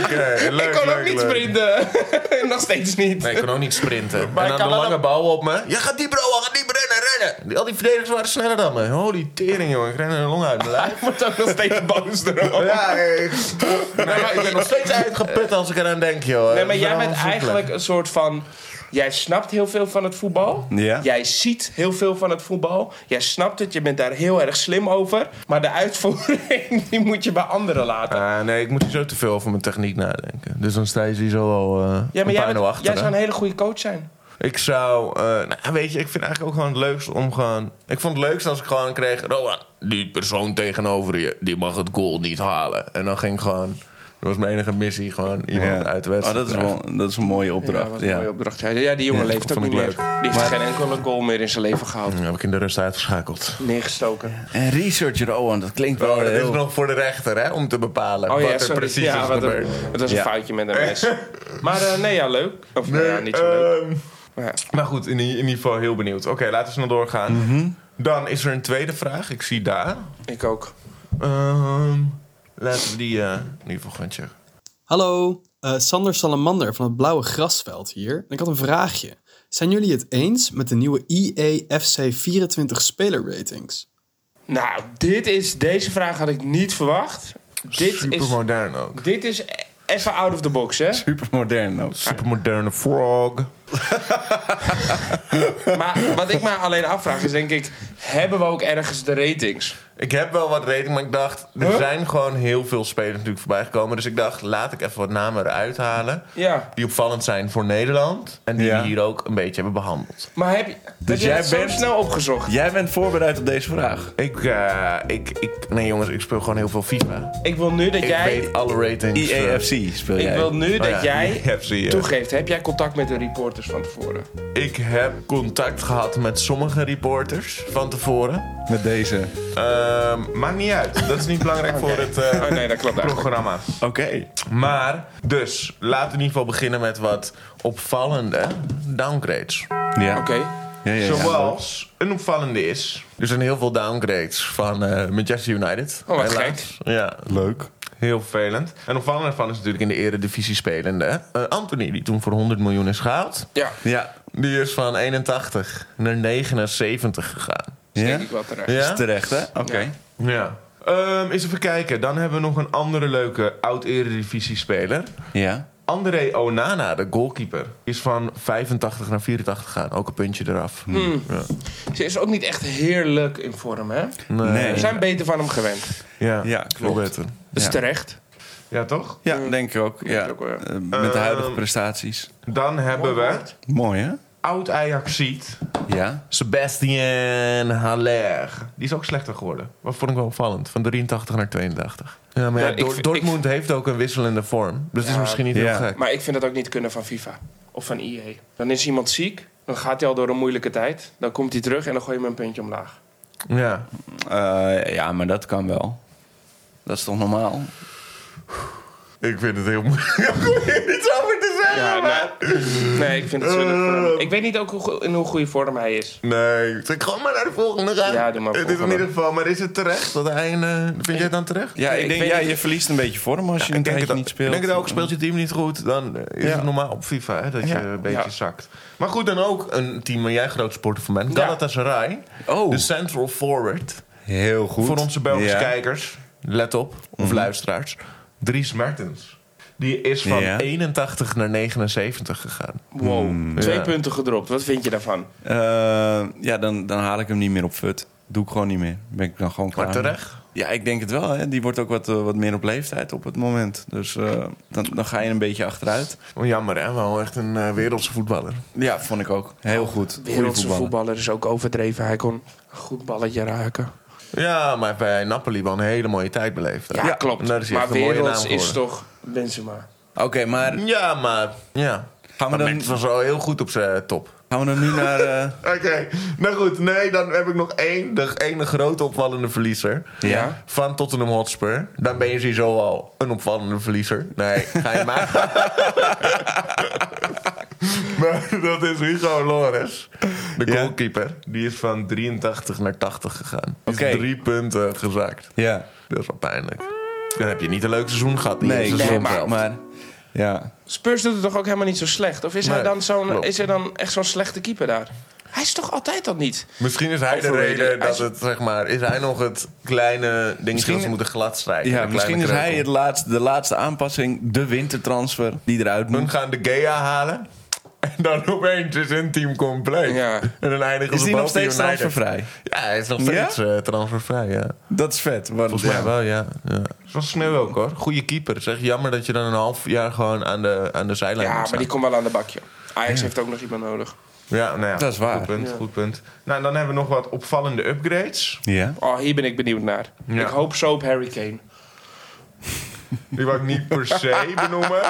[SPEAKER 1] Oké, leuk,
[SPEAKER 2] ik kon
[SPEAKER 1] leuk,
[SPEAKER 2] ook niet
[SPEAKER 1] leuk.
[SPEAKER 2] sprinten. <laughs> nog steeds niet.
[SPEAKER 1] Nee, ik kon ook niet sprinten.
[SPEAKER 2] Maar
[SPEAKER 1] en dan
[SPEAKER 2] ik kan
[SPEAKER 1] de
[SPEAKER 2] wel
[SPEAKER 1] lange
[SPEAKER 2] een-
[SPEAKER 1] bal op me. Ja, gaat die bro, gaat die rennen, rennen. Die- Al die verdedigers waren sneller dan me. Holy tering, jongen. Ik ren een long
[SPEAKER 2] <laughs>
[SPEAKER 1] uit mijn lijf.
[SPEAKER 2] Hij wordt ook nog steeds boos erop. <laughs>
[SPEAKER 1] Ja, ik, nee, maar ik ben nog steeds uitgeput als ik eraan denk, joh.
[SPEAKER 2] Nee, maar
[SPEAKER 1] Ik ben
[SPEAKER 2] jij bent
[SPEAKER 1] allemaal
[SPEAKER 2] eigenlijk een soort van... Jij snapt heel veel van het voetbal.
[SPEAKER 3] Ja.
[SPEAKER 2] Jij ziet heel veel van het voetbal. Jij snapt het, je bent daar heel erg slim over. Maar de uitvoering, <laughs> die moet je bij anderen laten.
[SPEAKER 1] Ah, nee, ik moet hier zo te veel over mijn techniek nadenken. Dus dan sta je sowieso al eh
[SPEAKER 2] ja, maar
[SPEAKER 1] een
[SPEAKER 2] jij,
[SPEAKER 1] paar
[SPEAKER 2] bent-
[SPEAKER 1] nul achter.
[SPEAKER 2] jij
[SPEAKER 1] hè?
[SPEAKER 2] zou een hele goede coach zijn.
[SPEAKER 1] Ik zou... eh, nou, weet je, ik vind eigenlijk ook gewoon het leukst om gewoon... Ik vond het leukst als ik gewoon kreeg... Rowan, die persoon tegenover je, die mag het goal niet halen. En dan ging ik gewoon... Dat was mijn enige missie, gewoon iemand uit de
[SPEAKER 3] oh,
[SPEAKER 1] wedstrijd.
[SPEAKER 3] dat, is
[SPEAKER 1] krijgen.
[SPEAKER 3] wel, dat is een mooie opdracht.
[SPEAKER 2] wat
[SPEAKER 3] Ja,
[SPEAKER 2] opdracht. Ja, die jongen leeft
[SPEAKER 1] dat
[SPEAKER 2] ook
[SPEAKER 1] vond
[SPEAKER 2] niet
[SPEAKER 1] ik
[SPEAKER 2] meer.
[SPEAKER 1] leuk.
[SPEAKER 2] Die heeft geen enkele goal meer in zijn leven gehaald.
[SPEAKER 1] Dan heb ik in de rust uitgeschakeld.
[SPEAKER 2] Neergestoken.
[SPEAKER 3] En researcher Owen, dat klinkt wel
[SPEAKER 1] Oh, dat is
[SPEAKER 3] heel...
[SPEAKER 1] nog voor de rechter, hè? Om te bepalen
[SPEAKER 2] Oh
[SPEAKER 1] wat
[SPEAKER 2] ja,
[SPEAKER 1] er
[SPEAKER 2] sorry.
[SPEAKER 1] precies
[SPEAKER 2] ja,
[SPEAKER 1] is
[SPEAKER 2] wat een-
[SPEAKER 1] gebeurd.
[SPEAKER 2] Het was een
[SPEAKER 3] Ja.
[SPEAKER 2] foutje met een
[SPEAKER 1] <laughs>
[SPEAKER 2] mes. maar eh, nee, ja, leuk. Of nee, ja, niet zo leuk.
[SPEAKER 1] ehm,
[SPEAKER 2] Maar ja.
[SPEAKER 1] Maar goed, in, i- in ieder geval heel benieuwd. Oké, laten we snel doorgaan. Dan is er een tweede vraag. Ik zie daar.
[SPEAKER 2] Ik ook.
[SPEAKER 1] Ehm, laten we die eh, in ieder geval gaan checken.
[SPEAKER 5] Hallo, eh, Sander Salamander van het Blauwe Grasveld hier. En ik had een vraagje. Zijn jullie het eens met de nieuwe E EAFC 24 speler ratings?
[SPEAKER 2] Nou, dit is, deze vraag had ik niet verwacht. Dit is,
[SPEAKER 1] Supermodern ook.
[SPEAKER 2] dit is e- even out of the box, hè?
[SPEAKER 3] Super modern ook.
[SPEAKER 1] Supermoderne frog.
[SPEAKER 2] Maar wat ik me alleen afvraag is, denk ik... Hebben we ook ergens de ratings?
[SPEAKER 1] Ik heb wel wat rating, maar ik dacht, er
[SPEAKER 2] Huh?
[SPEAKER 1] zijn gewoon heel veel spelers natuurlijk voorbij gekomen. Dus ik dacht, laat ik even wat namen eruit halen.
[SPEAKER 2] Ja.
[SPEAKER 1] Die opvallend zijn voor Nederland. En die
[SPEAKER 3] Ja.
[SPEAKER 1] we hier ook een beetje hebben behandeld.
[SPEAKER 2] Maar heb, je- heb jij
[SPEAKER 3] jij
[SPEAKER 2] het zo
[SPEAKER 3] bent-
[SPEAKER 2] snel opgezocht?
[SPEAKER 3] Jij bent voorbereid op deze vraag.
[SPEAKER 1] Ik, eh, ik, ik, nee jongens, ik speel gewoon heel veel FIFA.
[SPEAKER 2] Ik wil nu dat
[SPEAKER 1] Ik
[SPEAKER 2] jij...
[SPEAKER 1] weet alle ratings. eh.
[SPEAKER 3] IEFC E speel
[SPEAKER 2] Ik
[SPEAKER 3] jij.
[SPEAKER 2] wil nu dat
[SPEAKER 1] Oh ja,
[SPEAKER 2] jij
[SPEAKER 1] IFC, <laughs> ja.
[SPEAKER 2] toegeeft. Heb jij contact met de reporters van tevoren?
[SPEAKER 1] eh, ik heb contact gehad met sommige reporters van tevoren.
[SPEAKER 3] Met deze.
[SPEAKER 1] Ehm, maakt niet uit. Dat is niet belangrijk
[SPEAKER 2] <laughs>
[SPEAKER 1] voor het eh,
[SPEAKER 2] Oh nee, dat klopt eigenlijk.
[SPEAKER 1] programma.
[SPEAKER 3] Oké.
[SPEAKER 1] Maar, dus, laten we in ieder geval beginnen met wat opvallende downgrades.
[SPEAKER 3] Ja.
[SPEAKER 2] Oké.
[SPEAKER 3] Ja, ja, ja.
[SPEAKER 1] Zoals een opvallende is. Er zijn heel veel downgrades van eh, Manchester United.
[SPEAKER 2] Oh, wat
[SPEAKER 1] Helaas. Ja,
[SPEAKER 3] Leuk.
[SPEAKER 1] heel vervelend. En opvallend daarvan is natuurlijk in de eredivisie spelende. eh, Anthony, die toen voor 100 miljoen is gehaald.
[SPEAKER 2] Ja,
[SPEAKER 3] Ja.
[SPEAKER 1] Die is van 81 naar 79 gegaan.
[SPEAKER 2] denk
[SPEAKER 3] Ja?
[SPEAKER 2] ik wel terecht.
[SPEAKER 1] Ja?
[SPEAKER 3] Is terecht, hè? Oké.
[SPEAKER 1] Ja. Ehm eens even kijken. Dan hebben we nog een andere leuke oud-eredivisie-speler.
[SPEAKER 3] Ja.
[SPEAKER 1] André Onana, de goalkeeper, is van 85 naar 84 gegaan. Ook een puntje eraf.
[SPEAKER 3] Hmm.
[SPEAKER 1] Ja.
[SPEAKER 2] Ze is ook niet echt heerlijk in vorm, hè?
[SPEAKER 1] Nee.
[SPEAKER 3] Nee.
[SPEAKER 2] We zijn beter van hem gewend. Dat
[SPEAKER 1] Ja,
[SPEAKER 3] Ja, klopt.
[SPEAKER 1] Veel beter.
[SPEAKER 2] is
[SPEAKER 3] Ja.
[SPEAKER 2] terecht.
[SPEAKER 1] Ja, toch?
[SPEAKER 3] Ja, denk ik ook. Ja.
[SPEAKER 2] ik ook wel, ja.
[SPEAKER 3] Eh, met de huidige
[SPEAKER 1] Ehm.
[SPEAKER 3] prestaties.
[SPEAKER 1] Dan hebben we
[SPEAKER 3] Mooi, hè?
[SPEAKER 1] oud Ajaxiet
[SPEAKER 3] Ja.
[SPEAKER 1] Sebastian Haller. Die is ook slechter geworden. Wat vond ik wel opvallend. Van 83 naar 82. Ja, maar ja,
[SPEAKER 2] Ja, ik
[SPEAKER 1] Dor-
[SPEAKER 2] vind-
[SPEAKER 1] Dortmund heeft ook een wisselende vorm. Dus het
[SPEAKER 2] Ja,
[SPEAKER 1] is misschien niet
[SPEAKER 3] ja.
[SPEAKER 1] heel gek.
[SPEAKER 2] Maar ik vind dat ook niet kunnen van FIFA of van EA. Dan is iemand ziek, dan gaat hij al door een moeilijke tijd. Dan komt hij terug en dan gooi je hem een puntje omlaag.
[SPEAKER 1] Ja.
[SPEAKER 3] Eh, ja, maar dat kan wel. Dat is toch normaal?
[SPEAKER 1] Ik vind het heel moeilijk <laughs> om hier iets over te zeggen.
[SPEAKER 2] Ja,
[SPEAKER 1] maar-
[SPEAKER 2] nee. nee, ik vind het zullen voor hem. Ik weet niet ook hoe, go- in hoe goede vorm hij is.
[SPEAKER 1] Nee, zeg gewoon maar naar de volgende gaan.
[SPEAKER 2] Ja, doe maar
[SPEAKER 1] Het is in
[SPEAKER 2] volgende.
[SPEAKER 1] ieder geval, maar is het terecht dat hij een... eh, vind jij het dan terecht?
[SPEAKER 3] Ja,
[SPEAKER 2] Nee,
[SPEAKER 3] ik
[SPEAKER 2] ik
[SPEAKER 3] denk,
[SPEAKER 2] weet
[SPEAKER 3] ja,
[SPEAKER 2] niet.
[SPEAKER 3] je verliest een beetje vorm als je een
[SPEAKER 1] het
[SPEAKER 3] tijdje
[SPEAKER 1] ook-
[SPEAKER 3] niet speelt.
[SPEAKER 1] Ik denk het ook, speelt je team niet goed, dan eh, is
[SPEAKER 3] Ja.
[SPEAKER 1] het normaal op FIFA hè, dat
[SPEAKER 3] Ja.
[SPEAKER 1] je een beetje
[SPEAKER 2] Ja.
[SPEAKER 1] zakt. Maar goed, dan ook een team waar jij groot sporter van bent,
[SPEAKER 2] Ja.
[SPEAKER 1] Galatasaray.
[SPEAKER 3] Oh.
[SPEAKER 1] De central forward.
[SPEAKER 3] Heel goed.
[SPEAKER 1] Voor onze Belgische
[SPEAKER 3] Ja. Mhm.
[SPEAKER 1] kijkers, let op, of luisteraars. Dries Mertens. Die is van
[SPEAKER 3] Ja.
[SPEAKER 1] 81 naar 79 gegaan.
[SPEAKER 2] Wow, twee
[SPEAKER 1] Ja.
[SPEAKER 2] punten gedropt. Wat vind je daarvan?
[SPEAKER 3] Eh, ja, dan, dan haal ik hem niet meer op fut. Doe ik gewoon niet meer. Ben ik dan gewoon klaar.
[SPEAKER 1] Maar terecht.
[SPEAKER 3] Ja, ik denk het wel. Hè. Die wordt ook wat, eh, wat meer op leeftijd op het moment. Dus eh, dan, dan ga je een beetje achteruit.
[SPEAKER 1] Oh, jammer hè, wel echt een eh, wereldse voetballer.
[SPEAKER 3] Ja, vond ik ook. Heel goed. Goeie
[SPEAKER 2] Wereldse
[SPEAKER 3] voetballer.
[SPEAKER 2] voetballer is ook overdreven. Hij kon een goed balletje raken.
[SPEAKER 1] Ja, maar bij Napoli wel een hele mooie tijd beleefd.
[SPEAKER 2] Ja,
[SPEAKER 1] En
[SPEAKER 2] klopt.
[SPEAKER 1] daar is hij
[SPEAKER 2] maar
[SPEAKER 1] echt dus een mooie
[SPEAKER 2] werelds
[SPEAKER 1] naam
[SPEAKER 2] is
[SPEAKER 1] geworden.
[SPEAKER 2] toch Benzema.
[SPEAKER 3] Oké, maar
[SPEAKER 1] Ja, maar... Ja.
[SPEAKER 3] Gaan
[SPEAKER 1] Maar
[SPEAKER 3] we dan-
[SPEAKER 1] Mertens was wel heel goed op zijn top.
[SPEAKER 3] gaan we dan nu naar... eh,
[SPEAKER 1] Oké, nou goed. Nee, dan heb ik nog één, de ene grote opvallende verliezer.
[SPEAKER 3] Ja.
[SPEAKER 1] Van Tottenham Hotspur. Dan ben je sowieso al een opvallende verliezer. Nee, ga je maar. <laughs> maar dat is Hugo Lores, de
[SPEAKER 3] Ja.
[SPEAKER 1] goalkeeper. Die is van 83 naar 80 gegaan. Die is
[SPEAKER 3] Oké.
[SPEAKER 1] drie punten gezakt.
[SPEAKER 3] <laughs> ja.
[SPEAKER 1] Dat is wel pijnlijk. Dan heb je niet een leuk seizoen gehad. in je
[SPEAKER 3] Nee,
[SPEAKER 1] seizoen
[SPEAKER 3] maar,
[SPEAKER 1] zelf.
[SPEAKER 3] maar... Ja.
[SPEAKER 2] Spurs doet het toch ook helemaal niet zo slecht? Of is, hij
[SPEAKER 1] Nee,
[SPEAKER 2] dan zo'n,
[SPEAKER 1] klopt.
[SPEAKER 2] is er dan echt zo'n slechte keeper daar? Hij is toch altijd dat niet?
[SPEAKER 1] Misschien is hij de
[SPEAKER 2] Overrated.
[SPEAKER 1] reden
[SPEAKER 2] Hij
[SPEAKER 1] dat
[SPEAKER 2] is-
[SPEAKER 1] het, zeg maar... Is hij nog het kleine dingetje
[SPEAKER 3] Misschien-
[SPEAKER 1] dat ze moeten gladstrijken?
[SPEAKER 3] Ja,
[SPEAKER 1] de kleine
[SPEAKER 3] misschien is hij
[SPEAKER 1] kreukel.
[SPEAKER 3] het laatste, de laatste aanpassing, de wintertransfer, die eruit
[SPEAKER 1] Hun
[SPEAKER 3] moet.
[SPEAKER 1] gaan de Gea halen. En dan opeens is hun team compleet.
[SPEAKER 2] Ja.
[SPEAKER 1] En dan eindigen
[SPEAKER 3] Is
[SPEAKER 1] ze
[SPEAKER 3] die nog
[SPEAKER 1] boven
[SPEAKER 3] steeds
[SPEAKER 1] United.
[SPEAKER 3] transfervrij?
[SPEAKER 1] Ja, hij is nog steeds eh, transfervrij, ja.
[SPEAKER 3] Dat is vet. want-
[SPEAKER 1] Volgens
[SPEAKER 3] ja.
[SPEAKER 1] mij wel, ja. ja. Het was sneeuw ook, hoor. Goede keeper. Zeg, jammer dat je dan een half jaar gewoon aan de, aan de zijlijn
[SPEAKER 2] Ja,
[SPEAKER 1] moet
[SPEAKER 2] maar
[SPEAKER 1] staan.
[SPEAKER 2] die komt wel aan de bakje. Ajax heeft ook nog iemand nodig.
[SPEAKER 1] Ja, nou ja.
[SPEAKER 3] Dat is waar.
[SPEAKER 1] Goed punt,
[SPEAKER 2] Ja.
[SPEAKER 1] goed punt. Nou, dan hebben we nog wat opvallende upgrades.
[SPEAKER 3] Ja.
[SPEAKER 2] Oh, hier ben ik benieuwd naar.
[SPEAKER 1] Ja.
[SPEAKER 2] Ik hoop zo op Harry Kane.
[SPEAKER 1] Die wou ik niet per
[SPEAKER 3] <laughs>
[SPEAKER 1] se benoemen.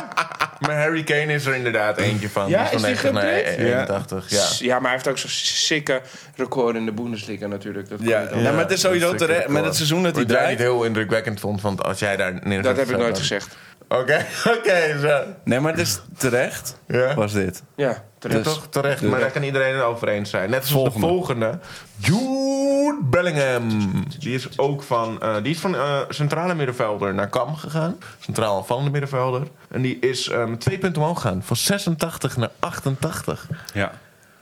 [SPEAKER 1] Maar Harry Kane is er inderdaad eentje van.
[SPEAKER 2] Ja,
[SPEAKER 1] Die van
[SPEAKER 2] is die
[SPEAKER 1] 90 naar
[SPEAKER 2] geupgrade?
[SPEAKER 1] 81, ja.
[SPEAKER 2] S- maar hij heeft ook zo'n sikke record in de Bundesliga natuurlijk. Dat, kan
[SPEAKER 3] Ja,
[SPEAKER 2] niet
[SPEAKER 3] ja.
[SPEAKER 2] anders.
[SPEAKER 3] maar het is sowieso
[SPEAKER 1] dat
[SPEAKER 3] terecht.
[SPEAKER 1] zeker
[SPEAKER 3] Met
[SPEAKER 1] wel.
[SPEAKER 3] het seizoen dat hij
[SPEAKER 1] Wat jij
[SPEAKER 3] draait-
[SPEAKER 1] niet heel indrukwekkend vond, want als jij daar neer
[SPEAKER 2] dat heb ik nooit gezegd.
[SPEAKER 1] Oké, <laughs> oké, zo.
[SPEAKER 3] Nee, maar het is terecht,
[SPEAKER 1] Ja.
[SPEAKER 3] was dit.
[SPEAKER 2] Ja,
[SPEAKER 1] Ja,
[SPEAKER 2] terecht.
[SPEAKER 3] Dus-
[SPEAKER 1] toch terecht, maar daar kan iedereen het over eens zijn. Net als
[SPEAKER 3] Volgende.
[SPEAKER 1] de volgende. Jude Bellingham. Die is ook van, eh, die is van eh, centrale middenvelder naar Kam gegaan. Centraal aanvallende middenvelder. En die is eh, met twee punten omhoog gegaan. Van 86 naar 88.
[SPEAKER 3] Ja.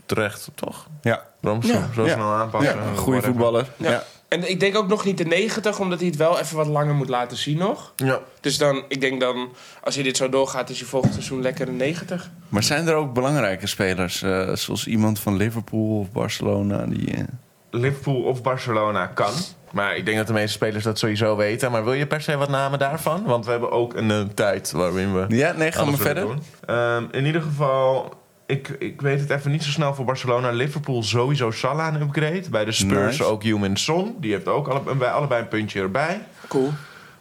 [SPEAKER 1] Terecht, toch?
[SPEAKER 3] Ja.
[SPEAKER 1] Ramsdorff, zo
[SPEAKER 3] Ja.
[SPEAKER 1] snel aanpassen.
[SPEAKER 3] Ja, een goede voetballer. Ja.
[SPEAKER 2] Ja. En ik denk ook nog niet de 90, omdat hij het wel even wat langer moet laten zien nog.
[SPEAKER 1] Ja.
[SPEAKER 2] Dus dan, ik denk dan, als je dit zo doorgaat, is je volgend seizoen lekker de 90.
[SPEAKER 3] Maar zijn er ook belangrijke spelers, eh, zoals iemand van Liverpool of Barcelona? Die, eh,
[SPEAKER 1] Liverpool of Barcelona kan. Maar ik denk dat de meeste spelers dat sowieso weten. Maar wil je per se wat namen daarvan? Want we hebben ook een eh, tijd waarin we.
[SPEAKER 3] Ja, nee, gaan we
[SPEAKER 1] alles willen
[SPEAKER 3] verder.
[SPEAKER 1] doen. Ehm, in ieder geval, ik, ik weet het even niet zo snel voor Barcelona. Liverpool sowieso Salah een upgrade. Bij de Spurs
[SPEAKER 3] Nice.
[SPEAKER 1] ook Human Son. Die heeft ook alle, bij allebei een puntje erbij.
[SPEAKER 2] Cool.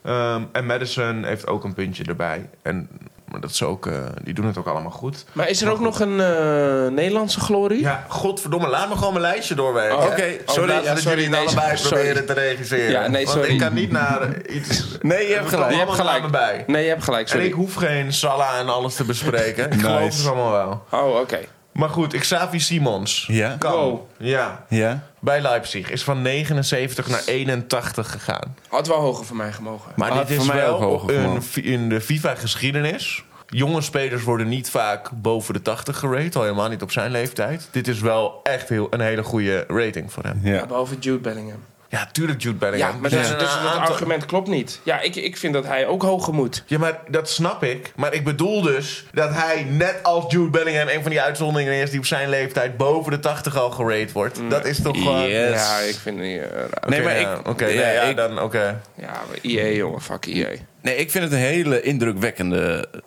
[SPEAKER 1] Ehm, en Madison heeft ook een puntje erbij. En maar dat is ook, eh, die doen het ook allemaal goed.
[SPEAKER 2] Maar is er ook nog een eh, Nederlandse glorie?
[SPEAKER 1] Ja, godverdomme, laat me gewoon mijn lijstje doorwerken.
[SPEAKER 2] Oh,
[SPEAKER 1] Oké,
[SPEAKER 2] ja. Oh,
[SPEAKER 1] sorry
[SPEAKER 2] laat- ja,
[SPEAKER 1] dat
[SPEAKER 2] sorry,
[SPEAKER 1] jullie het
[SPEAKER 2] nee,
[SPEAKER 1] allebei
[SPEAKER 2] sorry.
[SPEAKER 1] proberen te regisseren.
[SPEAKER 2] Ja, nee,
[SPEAKER 1] Want
[SPEAKER 2] sorry.
[SPEAKER 1] ik kan niet naar eh, iets...
[SPEAKER 3] Nee, je
[SPEAKER 1] Er
[SPEAKER 3] hebt
[SPEAKER 1] komen
[SPEAKER 3] gelijk.
[SPEAKER 2] Je hebt
[SPEAKER 1] allemaal
[SPEAKER 2] gelijk.
[SPEAKER 1] namen bij.
[SPEAKER 2] Nee, je hebt gelijk,
[SPEAKER 1] En ik
[SPEAKER 2] sorry.
[SPEAKER 1] hoef geen Salah en alles te bespreken. Ik geloof het allemaal wel.
[SPEAKER 2] Oh, oké.
[SPEAKER 1] Maar goed, Xavi Simons.
[SPEAKER 3] Ja.
[SPEAKER 1] Kan.
[SPEAKER 2] Wow.
[SPEAKER 1] Ja.
[SPEAKER 3] Ja?
[SPEAKER 1] Bij Leipzig. Is van 79 naar 81 gegaan.
[SPEAKER 2] Had wel hoger van Ah, mij gemogen.
[SPEAKER 1] Maar
[SPEAKER 3] Had
[SPEAKER 1] dit
[SPEAKER 3] voor
[SPEAKER 1] is
[SPEAKER 3] mij ook
[SPEAKER 1] wel
[SPEAKER 3] hoger
[SPEAKER 1] een,
[SPEAKER 3] gemogen.
[SPEAKER 1] fi- in de FIFA-geschiedenis. Jonge spelers worden niet vaak boven de 80 gerate. Al helemaal niet op zijn leeftijd. Dit is wel echt heel, een hele goede rating voor hem.
[SPEAKER 3] Ja.
[SPEAKER 2] Behalve Jude Bellingham.
[SPEAKER 1] Ja, tuurlijk Jude
[SPEAKER 2] Ja,
[SPEAKER 1] Bellingham. Dus
[SPEAKER 2] maar
[SPEAKER 1] Er
[SPEAKER 2] dat,
[SPEAKER 1] zijn
[SPEAKER 2] dat,
[SPEAKER 1] een
[SPEAKER 2] dat
[SPEAKER 1] aantal-
[SPEAKER 2] argument klopt niet. Ja, ik, ik vind dat hij ook hoger moet.
[SPEAKER 1] Ja, maar dat snap ik. Maar ik bedoel dus dat hij, net als Jude Bellingham, een van die uitzonderingen is die op zijn leeftijd boven de 80 al gerate wordt.
[SPEAKER 2] Mm.
[SPEAKER 1] Dat is toch gewoon.
[SPEAKER 3] Yes.
[SPEAKER 2] Ja, ik vind die eh, raar.
[SPEAKER 1] Oké,
[SPEAKER 3] Nee, maar
[SPEAKER 1] ja,
[SPEAKER 3] ik-
[SPEAKER 1] Oké,
[SPEAKER 3] ja,
[SPEAKER 1] nee, ja,
[SPEAKER 3] ik-
[SPEAKER 1] dan. oké.
[SPEAKER 2] Ja, maar EA, jongen, fuck E. EA.
[SPEAKER 3] Nee, ik vind het een hele indrukwekkende eh,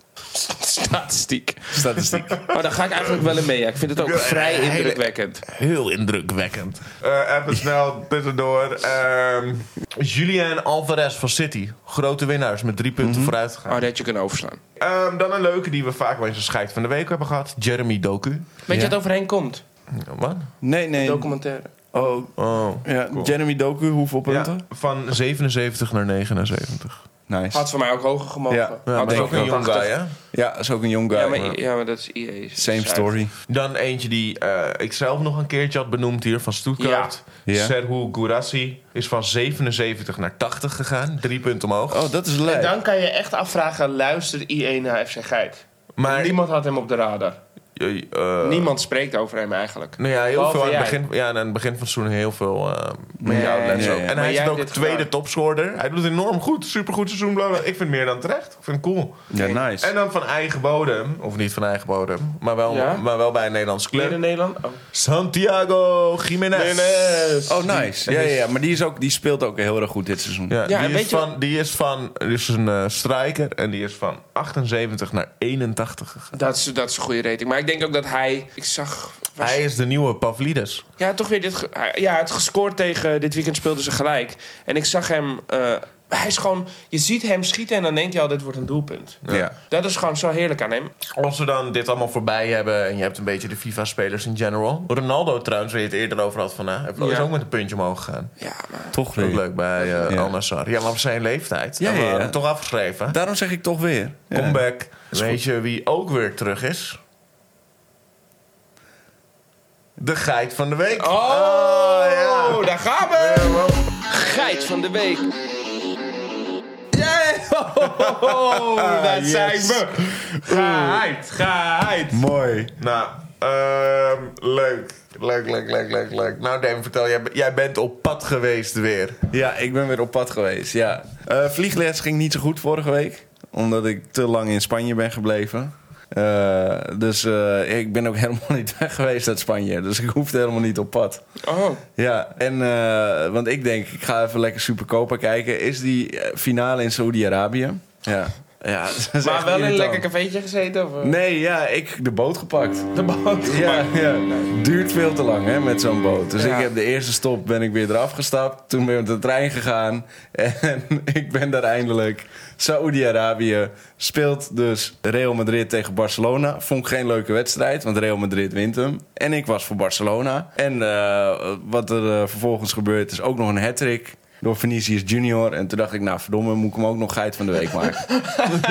[SPEAKER 2] Statistiek.
[SPEAKER 3] statistiek.
[SPEAKER 2] Maar daar ga ik eigenlijk wel in mee. ja. Ik vind het ook
[SPEAKER 1] wil-
[SPEAKER 2] vrij
[SPEAKER 1] hele-
[SPEAKER 2] indrukwekkend.
[SPEAKER 1] Heel indrukwekkend. Eh,
[SPEAKER 3] <laughs>
[SPEAKER 1] even snel tussendoor. Ehm Julian Alvarez van City. Grote winnaars met drie punten
[SPEAKER 3] Mhm.
[SPEAKER 1] vooruit gegaan.
[SPEAKER 2] Oh, dat had je kunnen overslaan.
[SPEAKER 1] Ehm, dan een leuke die we vaak wel eens een scheid van de week hebben gehad. Jeremy Doku.
[SPEAKER 2] Weet je wat overheen komt?
[SPEAKER 1] Ja, Wat?
[SPEAKER 3] Nee, nee.
[SPEAKER 2] Documentaire.
[SPEAKER 3] Oh,
[SPEAKER 1] Oh.
[SPEAKER 3] ja. Jeremy Doku, hoeveel
[SPEAKER 1] Ja,
[SPEAKER 3] punten?
[SPEAKER 1] van 77 naar 79.
[SPEAKER 3] Nice.
[SPEAKER 2] Had voor mij ook hoger gemogen.
[SPEAKER 3] Ja,
[SPEAKER 2] Had
[SPEAKER 1] Ja, maar
[SPEAKER 2] het
[SPEAKER 1] dat is
[SPEAKER 3] denk
[SPEAKER 1] ook een
[SPEAKER 2] wel
[SPEAKER 1] jong
[SPEAKER 2] 80.
[SPEAKER 1] guy, hè?
[SPEAKER 3] Ja, is ook een jong guy.
[SPEAKER 2] Ja maar, ja, maar dat is EA.
[SPEAKER 3] Same story.
[SPEAKER 1] Dan eentje die eh, ik zelf nog een keertje had benoemd hier van Stuttgart.
[SPEAKER 3] Ja. Ja.
[SPEAKER 1] Serhu Gourassi is van 77 naar 80 gegaan. Drie punten omhoog.
[SPEAKER 3] Oh, dat is
[SPEAKER 2] En
[SPEAKER 3] leuk.
[SPEAKER 2] dan kan je echt afvragen, luister IE naar FC Geit.
[SPEAKER 1] maar
[SPEAKER 2] Niemand had hem op de radar.
[SPEAKER 1] eh, eh,
[SPEAKER 2] Niemand spreekt over hem eigenlijk.
[SPEAKER 1] nou ja, heel
[SPEAKER 2] Behalve
[SPEAKER 1] veel aan het
[SPEAKER 2] jij.
[SPEAKER 1] begin, ja, aan het begin van het seizoen heel veel eh met
[SPEAKER 2] Nee,
[SPEAKER 1] jou en
[SPEAKER 2] nee,
[SPEAKER 1] zo.
[SPEAKER 3] nee.
[SPEAKER 1] En
[SPEAKER 2] Maar
[SPEAKER 1] hij is
[SPEAKER 2] jij
[SPEAKER 1] ook
[SPEAKER 2] hebt dit
[SPEAKER 1] tweede
[SPEAKER 2] gedaan.
[SPEAKER 1] topscorer. Hij doet het enorm goed. Supergoed seizoen. Bla bla. Ik vind het meer dan terecht. Ik vind het cool.
[SPEAKER 3] Ja, nice.
[SPEAKER 1] En dan van eigen bodem. Of niet van eigen bodem. Maar wel,
[SPEAKER 2] Ja?
[SPEAKER 1] maar wel bij een Nederlandse
[SPEAKER 2] Kleden
[SPEAKER 1] club.
[SPEAKER 2] Nederland? Oh.
[SPEAKER 1] Santiago Jiménez.
[SPEAKER 3] Oh, nice. Ja, ja, ja, maar die, is ook, die speelt ook heel erg goed dit seizoen.
[SPEAKER 1] Ja,
[SPEAKER 2] Ja, en
[SPEAKER 1] die, is
[SPEAKER 2] weet je
[SPEAKER 1] van, die is van, er is een eh, strijker en die is van 78 naar 81 gegaan.
[SPEAKER 2] Dat is, dat is een goede rating. Maar ik denk ook dat hij... Ik zag... was-
[SPEAKER 1] Hij is de nieuwe Pavlidis.
[SPEAKER 2] Ja, toch weer dit... ge- hij- Ja, het gescoord tegen... Dit weekend speelden ze gelijk. En ik zag hem... eh, hij is gewoon... Je ziet hem schieten en dan denk je al, dit wordt een doelpunt.
[SPEAKER 3] Ja.
[SPEAKER 2] Dat is gewoon zo heerlijk aan hem.
[SPEAKER 1] Als we dan dit allemaal voorbij hebben en je hebt een beetje de FIFA-spelers in general. Ronaldo trouwens, waar je het eerder over had van, hè, heeft- is
[SPEAKER 2] Ja.
[SPEAKER 1] ook met een puntje omhoog gegaan.
[SPEAKER 2] Ja, maar...
[SPEAKER 3] Toch
[SPEAKER 1] Ook
[SPEAKER 3] weer.
[SPEAKER 1] leuk bij eh
[SPEAKER 3] Ja.
[SPEAKER 1] Al Nassr. Ja, maar op zijn leeftijd.
[SPEAKER 3] Ja,
[SPEAKER 1] En we
[SPEAKER 3] ja, ja.
[SPEAKER 1] hadden hem toch afgeschreven.
[SPEAKER 3] Daarom zeg ik toch weer. Ja.
[SPEAKER 1] Comeback. Weet je wie ook weer terug is? De geit van de week. Ah,
[SPEAKER 2] Oh,
[SPEAKER 1] ja.
[SPEAKER 2] daar gaan we! Geit van de week. Ja,
[SPEAKER 1] Ah,
[SPEAKER 2] dat zijn we. Geit, geit.
[SPEAKER 3] Mooi.
[SPEAKER 1] Nou, ehm, leuk. Leuk, leuk, leuk, leuk, leuk. Nou, Dave, vertel, jij, jij bent op pad geweest weer.
[SPEAKER 3] Ja, ik ben weer op pad geweest. Ja. Eh, vliegles ging niet zo goed vorige week, omdat ik te lang in Spanje ben gebleven. Eh, dus eh, ik ben ook helemaal <laughs> niet weg geweest uit Spanje. Dus ik hoefde helemaal niet op pad.
[SPEAKER 2] Oh,
[SPEAKER 3] Ja, en, eh, want ik denk, ik ga even lekker Supercopa kijken. Is die eh, finale in Saoedi-Arabië? Ja. ja <laughs> dat is echt
[SPEAKER 2] maar wel in een
[SPEAKER 3] irritant.
[SPEAKER 2] lekker cafeetje gezeten? Of? eh?
[SPEAKER 3] Nee, ja, ik de boot gepakt.
[SPEAKER 2] De boot.
[SPEAKER 3] Ja, ja, duurt veel te lang hè, met zo'n boot. Dus
[SPEAKER 2] Ja.
[SPEAKER 3] ik heb de eerste stop ben ik weer eraf gestapt. Toen ben ik met de trein gegaan. <laughs> En ik ben daar eindelijk. Saoedi-Arabië speelt dus Real Madrid tegen Barcelona. Vond ik geen leuke wedstrijd, want Real Madrid wint hem. En ik was voor Barcelona. En eh, wat er eh, vervolgens gebeurt is ook nog een hat-trick. Door Vinicius Junior. En toen dacht ik, nou verdomme, moet ik hem ook nog geit van de week maken.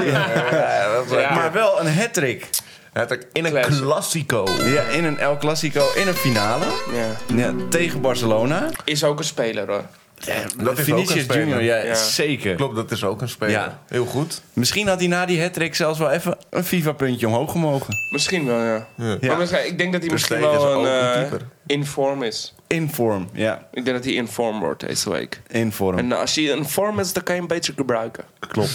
[SPEAKER 1] Ja, dat is leuk.
[SPEAKER 3] Maar wel een hat-trick.
[SPEAKER 1] Het ook in een
[SPEAKER 2] Classic.
[SPEAKER 1] klassico.
[SPEAKER 3] Ja, in een El Clasico, in een finale.
[SPEAKER 2] Ja.
[SPEAKER 3] Ja, tegen Barcelona. Eh,
[SPEAKER 2] Is ook een speler hoor.
[SPEAKER 1] Dat is ook een
[SPEAKER 3] Vinicius
[SPEAKER 1] speler.
[SPEAKER 3] Junior, ja,
[SPEAKER 2] Ja.
[SPEAKER 3] zeker.
[SPEAKER 1] Klopt, dat is ook een speler.
[SPEAKER 3] Ja.
[SPEAKER 1] Heel goed.
[SPEAKER 3] Misschien had hij na die hat zelfs wel even een FIFA-puntje omhoog gemogen.
[SPEAKER 2] Misschien wel, ja. Maar misschien- ik denk dat
[SPEAKER 1] Dus
[SPEAKER 2] hij misschien
[SPEAKER 1] Stegen is
[SPEAKER 2] wel
[SPEAKER 1] ook
[SPEAKER 2] een
[SPEAKER 1] een
[SPEAKER 2] eh,
[SPEAKER 1] keeper.
[SPEAKER 2] inform is.
[SPEAKER 3] Inform, ja.
[SPEAKER 2] Ik denk dat hij inform wordt deze week.
[SPEAKER 3] Inform.
[SPEAKER 2] En eh, als hij inform is, dan kan je hem beter gebruiken.
[SPEAKER 1] Klopt.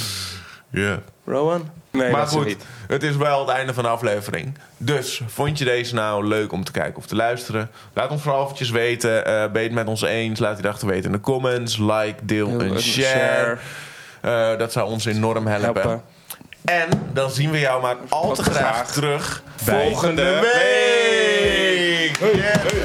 [SPEAKER 1] Ja.
[SPEAKER 2] Rowan? Nee,
[SPEAKER 1] Maar
[SPEAKER 2] dat is
[SPEAKER 1] goed,
[SPEAKER 2] niet.
[SPEAKER 1] het is wel het einde van de aflevering. Dus, vond je deze nou leuk om te kijken of te luisteren? Laat ons vooral eventjes weten. eh ben je het met ons eens? Laat het achter weten in de comments. Like, deel en
[SPEAKER 2] Een
[SPEAKER 1] share.
[SPEAKER 2] share.
[SPEAKER 1] Eh, dat zou ons enorm helpen.
[SPEAKER 2] Helpen.
[SPEAKER 1] En dan zien we jou maar al te
[SPEAKER 2] Wat
[SPEAKER 1] graag
[SPEAKER 2] graag.
[SPEAKER 1] terug
[SPEAKER 2] Volgende
[SPEAKER 1] volgende week. Yeah.